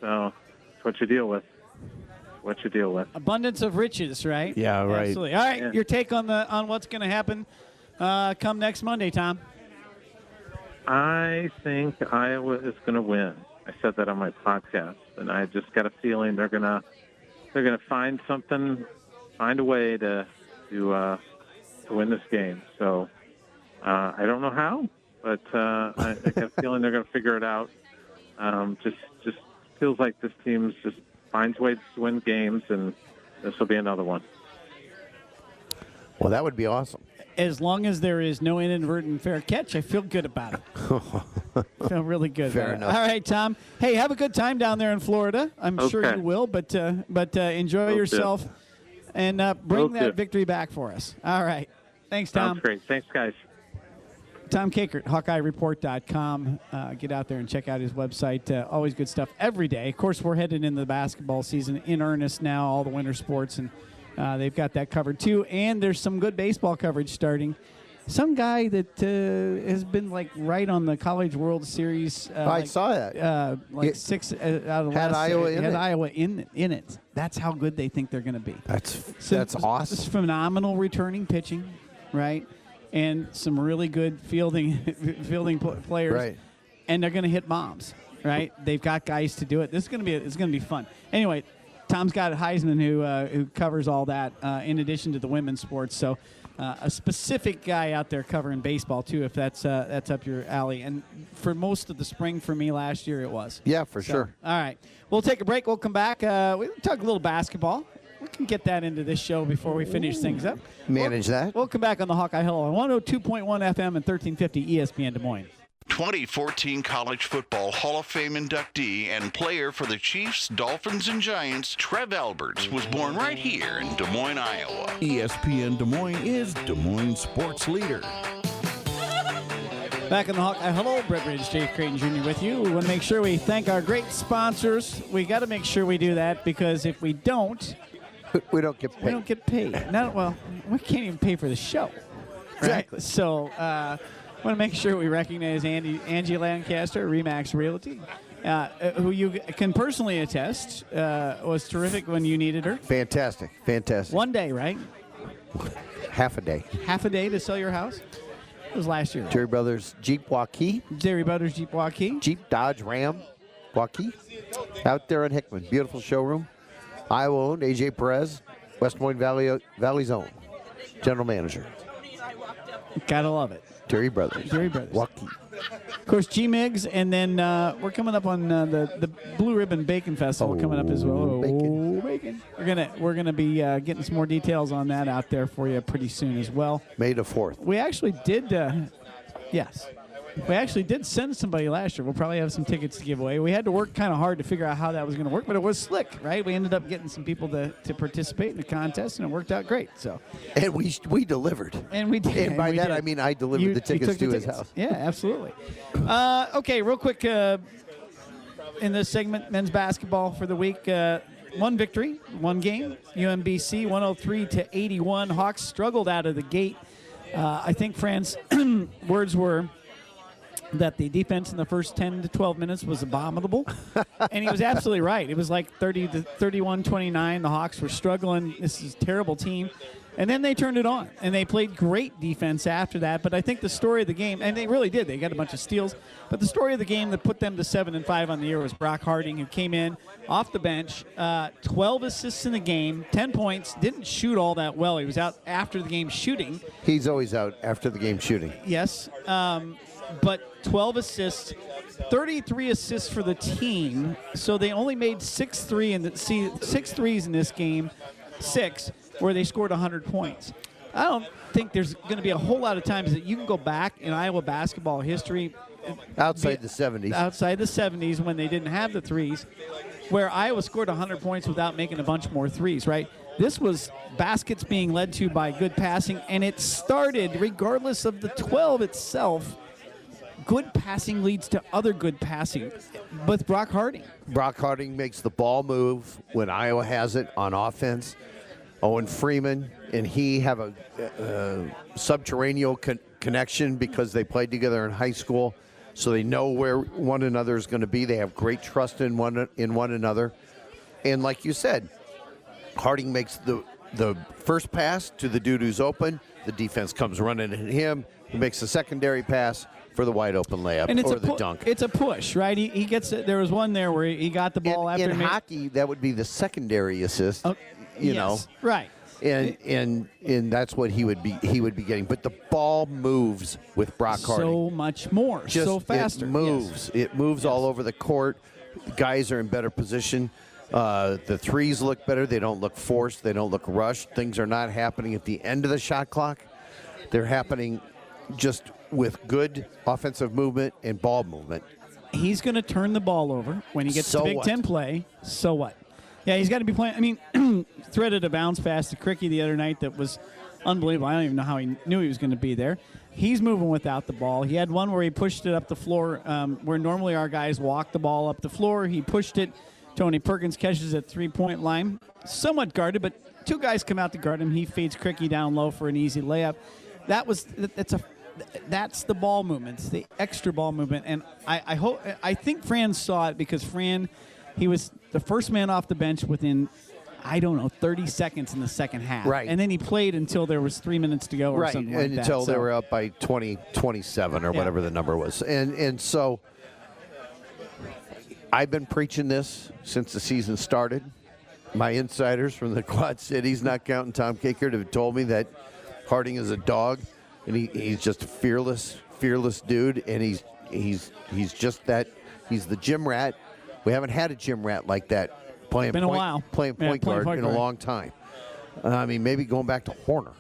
D: So it's what you deal with. It's what you deal with.
B: abundance of riches, right?
C: Yeah, right.
B: Absolutely. All right,
D: Yeah.
B: your take on the on what's going to happen uh, come next Monday, Tom.
D: I think Iowa is going to win. I said that on my podcast, and I just got a feeling they're going to they're going to find something, find a way to to uh, to win this game. So uh, I don't know how, but uh, I, I got a feeling they're going to figure it out. Um, just just feels like this team's just finds ways to win games, and this will be another one.
C: Well, that would be awesome.
B: As long as there is no inadvertent fair catch, I feel good about it. I feel really good.
C: Fair
B: about it.
C: enough.
B: All right, Tom. Hey, have a good time down there in Florida. I'm sure
D: Okay.
B: you will, but uh, but uh, enjoy
D: Will do.
B: yourself and uh, bring
D: Will
B: that
D: do.
B: victory back for us. All right. Thanks, Tom.
D: Sounds great. Thanks, guys.
B: Tom Kakert, HawkeyeReport.com. Uh, get out there and check out his website. Uh, always good stuff every day. Of course, we're headed into the basketball season in earnest now, all the winter sports, and uh, they've got that covered too. And there's some good baseball coverage starting. Some guy that uh, has been like right on the College World Series. Uh,
C: I
B: like,
C: saw that.
B: Uh, like
C: It-
B: six uh, out of the
C: Had
B: last,
C: Iowa
B: uh,
C: in
B: had
C: it.
B: Iowa in in it. That's how good they think they're going to be.
C: That's
B: Some-
C: that's
B: s-
C: awesome.
B: Phenomenal returning pitching, right? And some really good fielding fielding pl- players.
C: Right.
B: And they're going to hit bombs, right? They've got guys to do it. This is going to be it's going to be fun. Anyway, Tom's got Heisman who uh, who covers all that uh, in addition to the women's sports. So uh, a specific guy out there covering baseball too, if that's uh, that's up your alley. And for most of the spring for me last year, it was.
C: Yeah, for
B: So,
C: sure.
B: All right. We'll take a break. We'll come back. Uh, we'll talk a little basketball. We can get that into this show before we finish things up.
C: Manage that.
B: We'll come back on the Hawkeye Hill on 102.1 FM and E 1350 ESPN Des Moines.
A: 2014 College Football Hall of Fame inductee and player for the Chiefs, Dolphins, and Giants, Trev Alberts, was born right here in Des Moines, Iowa. ESPN Des Moines is Des Moines sports leader.
B: Back in the Hawkeye Hello, Brett Ridge, Dave Creighton Jr. with you. We want to make sure we thank our great sponsors. We got to make sure we do that because if we don't,
C: We don't get
B: we
C: paid.
B: don't get paid. Not, well, we can't even pay for the show.
C: Exactly.
B: So uh, want to make sure we recognize Andy, Angie Lancaster, Remax Realty, uh, uh, who you can personally attest uh, was terrific when you needed her.
C: Fantastic. Fantastic.
B: One day, right?
C: Half a day.
B: Half a day to sell your house. It was last year.
C: Jerry Brothers Jeep Waukee,
B: Jerry Butters Jeep Waukee.
C: Jeep Dodge Ram Waukee, out there in Hickman. Beautiful showroom. Iowa owned, AJ Perez, West Des Moines Valley, Valley Zone. General Manager,
B: Gotta love it.
C: Jerry Brothers.
B: Jerry Brothers.
C: Waukee.
B: Of course, G Migs, and then uh, we're coming up on uh, the the Blue Ribbon Bacon Festival coming up as well.
C: Oh, bacon.
B: Oh, bacon. We're gonna we're gonna be uh, getting some more details on that out there for you pretty soon as well.
C: May the 4th.
B: We actually did, uh, yes, we actually did send somebody last year. We'll probably have some tickets to give away. We had to work kind of hard to figure out how that was going to work, but it was slick, right? We ended up getting some people to, to participate in the contest, and it worked out great. So,
C: And we we delivered.
B: and we did.
C: And by
B: we
C: that,
B: did.
C: I mean I delivered the tickets
B: took
C: to
B: the
C: his
B: tickets.
C: house.
B: Yeah, absolutely. Uh, okay, real quick uh, in this segment, men's basketball for the week. Uh, one victory, one game. UMBC 103 to 81. Hawks struggled out of the gate. Uh, I think Fran's words were that the defense in the first 10 to 12 minutes was abominable. and he was absolutely right. It was like 30 to 31 29. The Hawks were struggling. This is a terrible team. And then they turned it on and they played great defense after that. But I think the story of the game, and they really did, they got a bunch of steals. But the story of the game that put them to 7 and 5 on the year was Brock Harding, who came in off the bench, uh, 12 assists in the game, 10 points, didn't shoot all that well. He was out after the game shooting
C: He's always out after the game shooting.
B: yes. Um, but 12 assists, 33 assists for the team, so they only made six three in the see six threes in this game, six where they scored 100 points. I don't think there's going to be a whole lot of times that you can go back in Iowa basketball history
C: Outside the 70s.
B: outside the 70s when they didn't have the threes, where Iowa scored 100 points without making a bunch more threes, right? This was baskets being led to by good passing, and it started, regardless of the 12 itself, good passing leads to other good passing with Brock Harding.
C: Brock Harding makes the ball move when Iowa has it on offense. Owen Freeman and he have a uh, subterranean con- connection because they played together in high school, so they know where one another is going to be. They have great trust in one in one another, and like you said, Harding makes the the first pass to the dude who's open. The defense comes running at him. He makes the secondary pass for the wide open layup
B: And it's
C: or
B: a
C: the
B: pu-
C: dunk.
B: It's a push, right? He, he gets it. There was one there where he got the ball
C: in,
B: after
C: in
B: ma-
C: hockey that would be the secondary assist
B: Oh,
C: you
B: yes, right?
C: know and and and that's what he would be he would be getting but the ball moves with Brock Harding
B: So much more,
C: just
B: so faster.
C: it
B: yes.
C: moves it moves all over the court guys are in better position uh, the threes look better they don't look forced they don't look rushed things are not happening at the end of the shot clock they're happening just with good offensive movement and ball movement
B: he's going to turn the ball over when he gets
C: So
B: to Big
C: what?
B: Ten play. So what? Yeah, he's got to be playing. I mean, threaded a bounce pass to Cricky the other night that was unbelievable. I don't even know how he knew he was going to be there. He's moving without the ball. He had one where he pushed it up the floor, um, where normally our guys walk the ball up the floor. He pushed it. Tony Perkins catches at three point line, somewhat guarded, but two guys come out to guard him. He feeds Cricky down low for an easy layup. That was that- that's a that's the ball movement. It's the extra ball movement, and I, I hope I think Fran saw it because Fran, he was the first man off the bench within. I don't know, 30 seconds in the second half.
C: Right.
B: And then he played until there was three minutes to go or something like
C: and
B: that.
C: until they
B: So-
C: were up by 20 27 or
B: Yeah.
C: whatever the number was and and so i've been preaching this since the season started my insiders from the quad cities not counting tom Kickert, have told me that harding is a dog and he, he's just a fearless fearless dude and he's he's he's just that he's the gym rat we haven't had a gym rat like that playing
B: Been a
C: point,
B: while.
C: playing
B: Yeah,
C: point
B: playing
C: guard
B: point
C: in a
B: guard.
C: long time i mean maybe going back to horner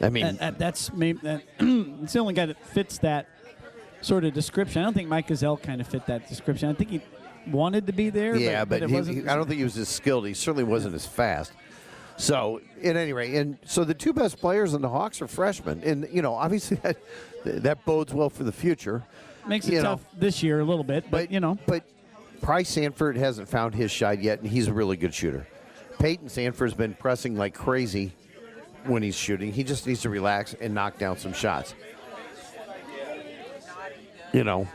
C: I mean,
B: That, that- uh, that's maybe that, it's the only guy that fits that sort of description. I don't think Mike Gazelle kind of fit that description. I think he wanted to be there.
C: Yeah,
B: but,
C: but,
B: it
C: he-
B: wasn't.
C: he, I don't think he was as skilled. He certainly wasn't as fast. So, at any rate, and so the two best players in the Hawks are freshmen, and you know, obviously that that bodes well for the future.
B: makes it
C: you
B: tough
C: know.
B: this year a little bit, but, you know,
C: but Price Sanford hasn't found his shot yet, and he's a really good shooter. Peyton Sanford's been pressing like crazy when he's shooting. He just needs to relax and knock down some shots. You know,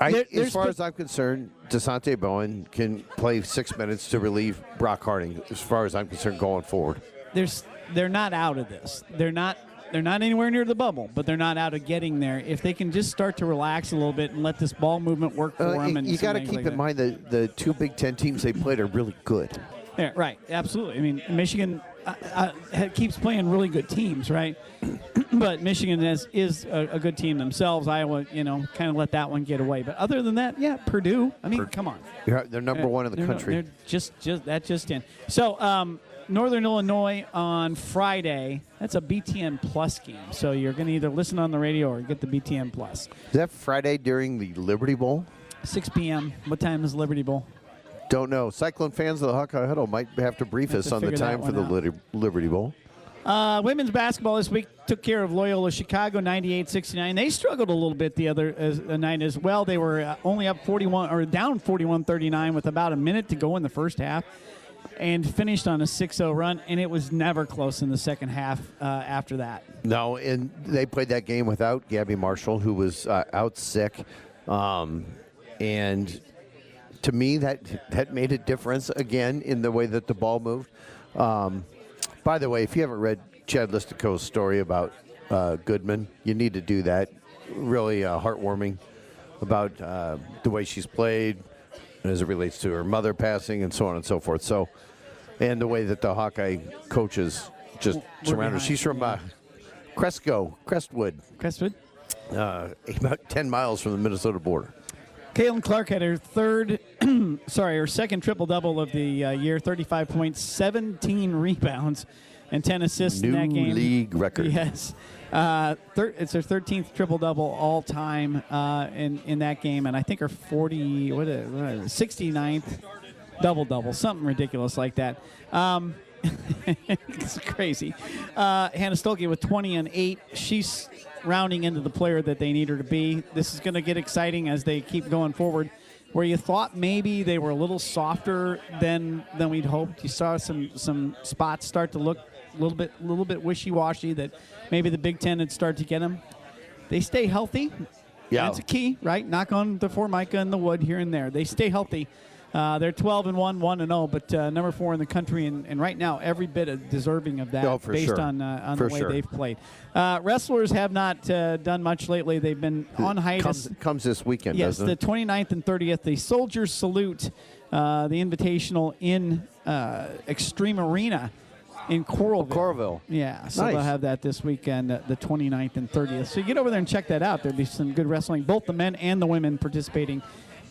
C: I,
B: There-
C: as
B: there's
C: far
B: been-
C: as I'm concerned, Desante Bowen can play six minutes to relieve Brock Harding. As far as I'm concerned, going forward.
B: there's they're not out of this. They're not they're not anywhere near the bubble, but they're not out of getting there. If they can just start to relax a little bit and let this ball movement work for
C: Uh,
B: them,
C: you
B: and
C: you
B: some
C: got to
B: things
C: keep
B: like
C: in
B: that.
C: mind that the two Big Ten teams they played are really good.
B: Yeah, right. Absolutely. I mean, Michigan uh, uh, ha- keeps playing really good teams, right? but Michigan is, is a, a good team themselves. Iowa, you know, kind of let that one get away. But other than that, yeah, Purdue. I mean, come on.
C: They're they're number one in the
B: They're no-
C: country.
B: they're just, just that just in. So, um, Northern Illinois on Friday. That's a BTN Plus game. So you're going to either listen on the radio or get the BTN Plus.
C: Is that Friday during the Liberty Bowl?
B: 6 p.m. What time is Liberty Bowl?
C: Don't know. Cyclone fans of the Hawkeye Huddle might have to brief
B: Have
C: us
B: to
C: on the
B: figure that
C: time for
B: one
C: the
B: out.
C: Liter- Liberty Bowl.
B: Uh, women's basketball this week took care of Loyola Chicago 98-69. They struggled a little bit the other as, uh, night as well. They were uh, only up 41 or down 41-39 with about a minute to go in the first half and finished on a 6-0 run and it was never close in the second half uh, after that.
C: No, and they played that game without Gabby Marshall, who was uh, out sick. Um, and to me, that that made a difference again in the way that the ball moved. Um, by the way, if you haven't read Chad Listico's story about uh, Goodman, you need to do that. Really uh, heartwarming about uh, the way she's played as it relates to her mother passing and so on and so forth. So, and the way that the Hawkeye coaches just
B: We're
C: surround her.
B: behind,
C: She's from
B: yeah.
C: uh, Cresco, Crestwood.
B: Crestwood?
C: uh, about 10 miles from the Minnesota border.
B: Caitlin Clark had her third, sorry, her second triple double of the uh, year 35 points, 17 rebounds, and 10 assists in
C: New
B: that game.
C: league record.
B: Yes. Uh, thir- it's her 13th triple double all time uh, in, in that game, and I think her 40, what is, what is it, 69th double double, something ridiculous like that. Um, it's crazy. Uh, Hannah Stolke with 20 and 8. She's rounding into the player that they need her to be. This is going to get exciting as they keep going forward. Where you thought maybe they were a little softer than than we'd hoped, you saw some some spots start to look a little bit little bit wishy washy. That maybe the Big Ten had started to get them. They stay healthy.
C: Yeah.
B: that's a key, right? Knock on the formica and the wood here and there. They stay healthy. Uh, they're 12 and one, one and zero, but uh, number four in the country, and, and right now every bit of deserving of that
C: Oh, for
B: based
C: sure.
B: on uh, on
C: For
B: the way
C: sure.
B: they've played. Uh, wrestlers have not uh, done much lately. They've been on hiatus.
C: Comes, comes this weekend,
B: Yes,
C: doesn't
B: the
C: it?
B: 29th and 30th, the Soldiers Salute, uh, the Invitational in uh, Extreme Arena in
C: Oh,
B: Coralville.
C: Coralville.
B: Yeah, so
C: Nice.
B: they'll have that this weekend, uh, the 29th and 30th. So you get over there and check that out. There'll be some good wrestling, both the men and the women participating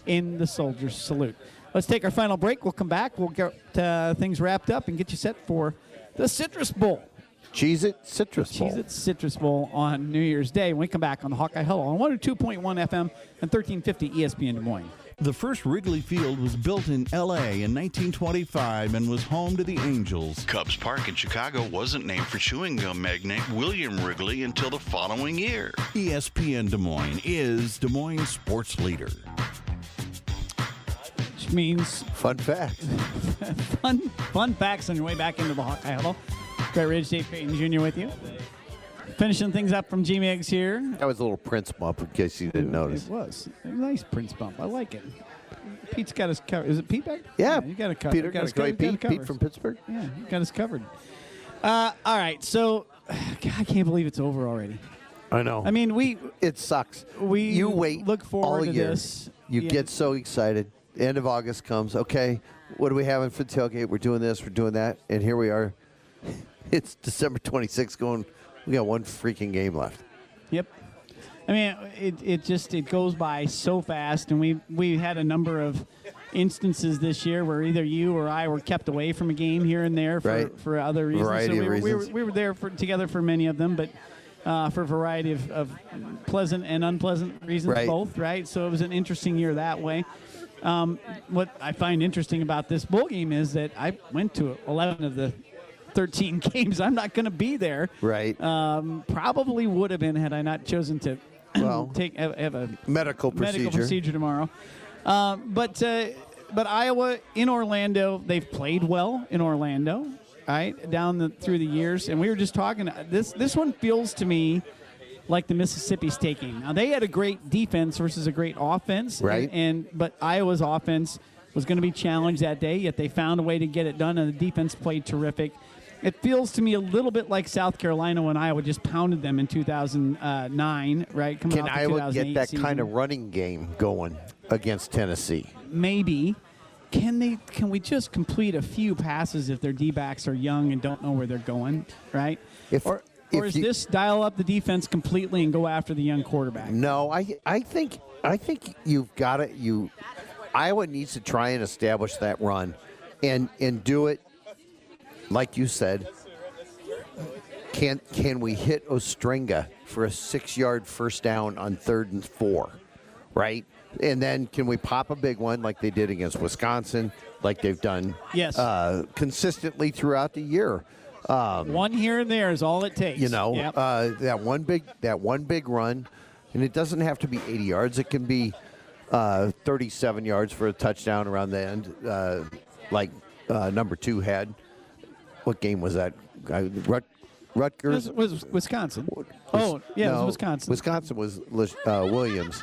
B: in the Soldiers Salute. Let's take our final break. We'll come back. We'll get uh, things wrapped up and get you set for the Citrus Bowl.
C: Cheese It Citrus Bowl.
B: She's at Citrus Bowl on New Year's Day. When we come back on Hawkeye Hello on 102.1 FM and E 1350 ESPN Des Moines.
A: The first Wrigley Field was built in LA in 1925 and was home to the Angels. Cubs Park in Chicago wasn't named for chewing gum magnate William Wrigley until the following year. ESPN Des Moines is Des Moines sports leader.
B: Which means
C: Fun fact.
B: fun, fun facts on your way back into the Hawkeye Huddle. Brett Ridge, Dave Creighton Jr. with you. Finishing things up from G-Migs here.
C: That was a little Prince bump in case you didn't notice.
B: It was. A nice Prince bump. I like it. Pete's got us covered. Is it Pete back?
C: Yeah.
B: You got to cover.
C: Peter
B: got
C: got
B: us
C: a
B: covered.
C: great Pete.
B: Got us
C: Pete
B: covered.
C: from Pittsburgd.
B: Yeah, you got us covered. Uh, all right, so God, I can't believe it's over already.
C: I know.
B: I mean, we
C: it sucks.
B: we
C: you wait.
B: look forward
C: all
B: to
C: year.
B: this.
C: You
B: Yeah.
C: get so excited. End of August comes. Okay, what are we having for the tailgate? We're doing this. We're doing that. And here we are. It's December 26th. Going. We got one freaking game left.
B: Yep. I mean, it, it just it goes by so fast, and we we had a number of instances this year where either you or I were kept away from a game here and there for,
C: Right.
B: for other reasons.
C: Variety
B: so
C: of
B: we, were- we were,
C: reasons.
B: we were there for, together for many of them, but uh, for a variety of, of pleasant and unpleasant reasons,
C: Right.
B: both right. So it was an interesting year that way. Um, what I find interesting about this bowl game is that I went to 11 of the 13 games. I'm not going to be there
C: Right.
B: um, probably would have been had I not chosen to
C: Well,
B: take have, have a
C: medical procedure.
B: medical procedure tomorrow. Um, but uh, but Iowa in Orlando, they've played well in Orlando, right down the, through the years. And we were just talking. This this one feels to me like the Mississippi State game. Now they had a great defense versus a great offense, and-
C: Right.
B: And, but Iowa's offense was going to be challenged that day. Yet they found a way to get it done, and the defense played terrific. It feels to me a little bit like South Carolina when Iowa just pounded them in 2009, right? Coming
C: Can
B: off the
C: Iowa get
B: 2008
C: that kind
B: season
C: of running game going against Tennessee?
B: maybe. Can they? Can we just complete a few passes if their D backs are young and don't know where they're going, right?
C: If-
B: or
C: if
B: or is
C: you-
B: this dial up the defense completely and go after the young quarterback?
C: No, I I think I think you've got to you Iowa needs to try and establish that run and and do it like you said. Can can we hit Ostringa for a 6-yard first down on 3rd and 4? Right? And then can we pop a big one like they did against Wisconsin, like they've done
B: Yes.
C: uh, consistently throughout the year?
B: One here and there is all it takes.
C: You know,
B: Yep.
C: uh, that one big that one big run, and it doesn't have to be 80 yards. It can be uh, 37 yards for a touchdown around the end, uh, like uh, number two had. What game was that? I, Rut,
B: It
C: Rutgers.
B: was, was Wisconsin. oh, yeah, it
C: no,
B: was Wisconsin.
C: Wisconsin was Lish- uh, Williams.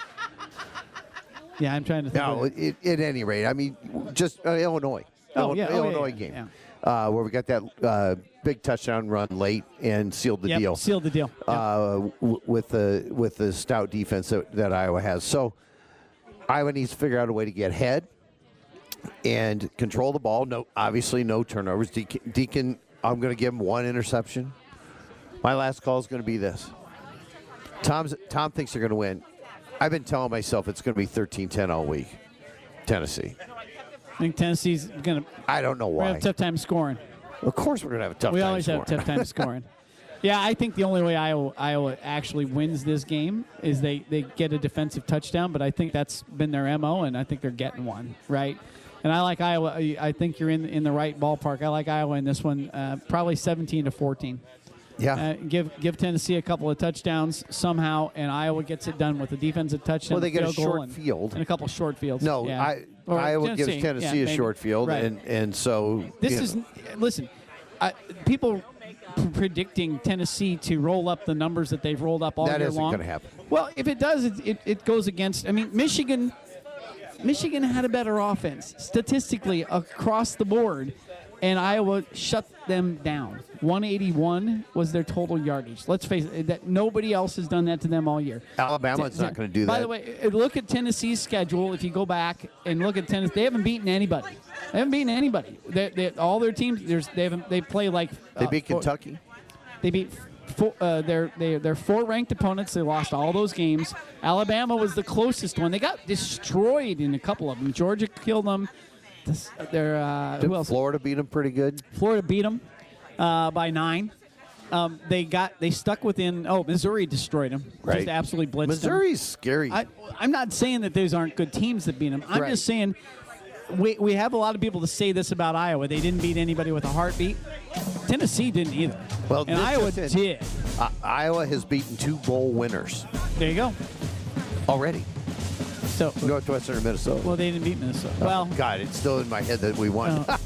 B: yeah, I'm trying to think.
C: No,
B: of it.
C: it, at any rate, I mean, just uh, Illinois.
B: Oh,
C: Illinois,
B: yeah, oh, yeah,
C: Illinois
B: yeah,
C: game Uh, where we got that uh, big touchdown run late and sealed the
B: Yep,
C: deal.
B: Sealed the deal. Yep.
C: uh, w- with the with the stout defense that, that Iowa has. So Iowa needs to figure out a way to get ahead and control the ball. No, obviously no turnovers. Deacon, Deacon I'm going to give him one interception. My last call is going to be this. Tom's, Tom thinks they're going to win. I've been telling myself it's going to be 13 10 all week, Tennessee.
B: I think Tennessee's going to
C: I don't know
B: have
C: why.
B: a tough time scoring.
C: of course, we're going to have a tough
B: we
C: time.
B: always have
C: scoring.
B: tough time scoring. Yeah, I think the only way Iowa, Iowa actually wins this game is they, they get a defensive touchdown, but I think that's been their MO, and I think they're getting one, right? And I like Iowa. I I think you're in in the right ballpark. I like Iowa in this one, uh, probably 17 to 14.
C: yeah.
B: Uh, give give Tennessee a couple of touchdowns somehow, and Iowa gets it done with a defensive touchdown.
C: Well, they get a
B: field goal,
C: short
B: and,
C: field.
B: and a couple short fields.
C: no,
B: yeah.
C: I,
B: Or
C: Iowa
B: Tennessee,
C: gives Tennessee
B: yeah,
C: a
B: maybe.
C: short field,
B: Right.
C: and, and so
B: This
C: you know,
B: is listen, I, people p- predicting Tennessee to roll up the numbers that they've rolled up all
C: That
B: year
C: isn't
B: long.
C: gonna happen.
B: Well, if it does, it, it, it goes against. I mean, Michigan, Michigan had a better offense statistically across the board, and Iowa shut them down. 181 was their total yardage. Let's face it, that nobody else has done that to them all year.
C: Alabama's
B: Ten-
C: not going to do
B: By
C: that.
B: the way, uh, look at Tennessee's schedule. If you go back and look at Tennessee, they haven't beaten anybody. They haven't beaten anybody. They, they, all their teams, there's, they haven't. They play like uh,
C: they beat
B: four-
C: Kentucky.
B: They beat four, uh, their they, their four ranked opponents. They lost all those games. Alabama was the closest one. They got destroyed in a couple of them. Georgia killed them. This, their uh, who else?
C: Florida beat them pretty good.
B: Florida beat them uh, by nine. Um, they got they stuck within. Oh, Missouri destroyed them.
C: Right.
B: Just absolutely blitzed 'em.
C: Missouri's scary.
B: I, I'm not saying that those aren't good teams that beat them. I'm
C: Right.
B: just saying we, we have a lot of people to say this about Iowa. They didn't beat anybody with a heartbeat. Tennessee didn't either.
C: Well,
B: and
C: this
B: Iowa
C: just in.
B: did.
C: I- Iowa has beaten two bowl winners
B: There you go.
C: already.
B: So,
C: Northwestern and Minnesota.
B: well, they didn't beat Minnesota. Well,
C: Oh, God, it's still in my head that we won.
B: uh,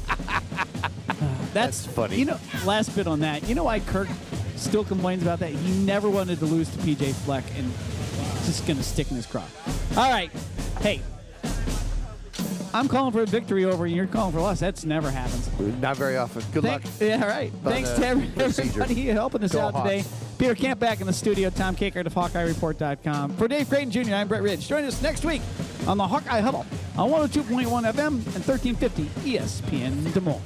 B: that's,
C: funny.
B: You know, last bit on that. You know why Kirk still complains about that? He never wanted to lose to PJ Fleck, and it's just gonna stick in his craw. All right, hey. I'm calling for a victory over, and you're calling for a loss. That's never happens.
C: Not very often. Good
B: Thank-
C: luck.
B: Yeah, all right.
C: But,
B: Thanks
C: uh,
B: to every-
C: procedure.
B: everybody helping us
C: Go
B: out today.
C: Hawks.
B: Peter Camp back in the studio. Tom Cakert of HawkeyeReport.com. For Dave Creighton Jr., I'm Brett Ridge. Join us next week oh E on the Hawkeye Huddle on 102.1 FM and 1350 ESPN Des Moines.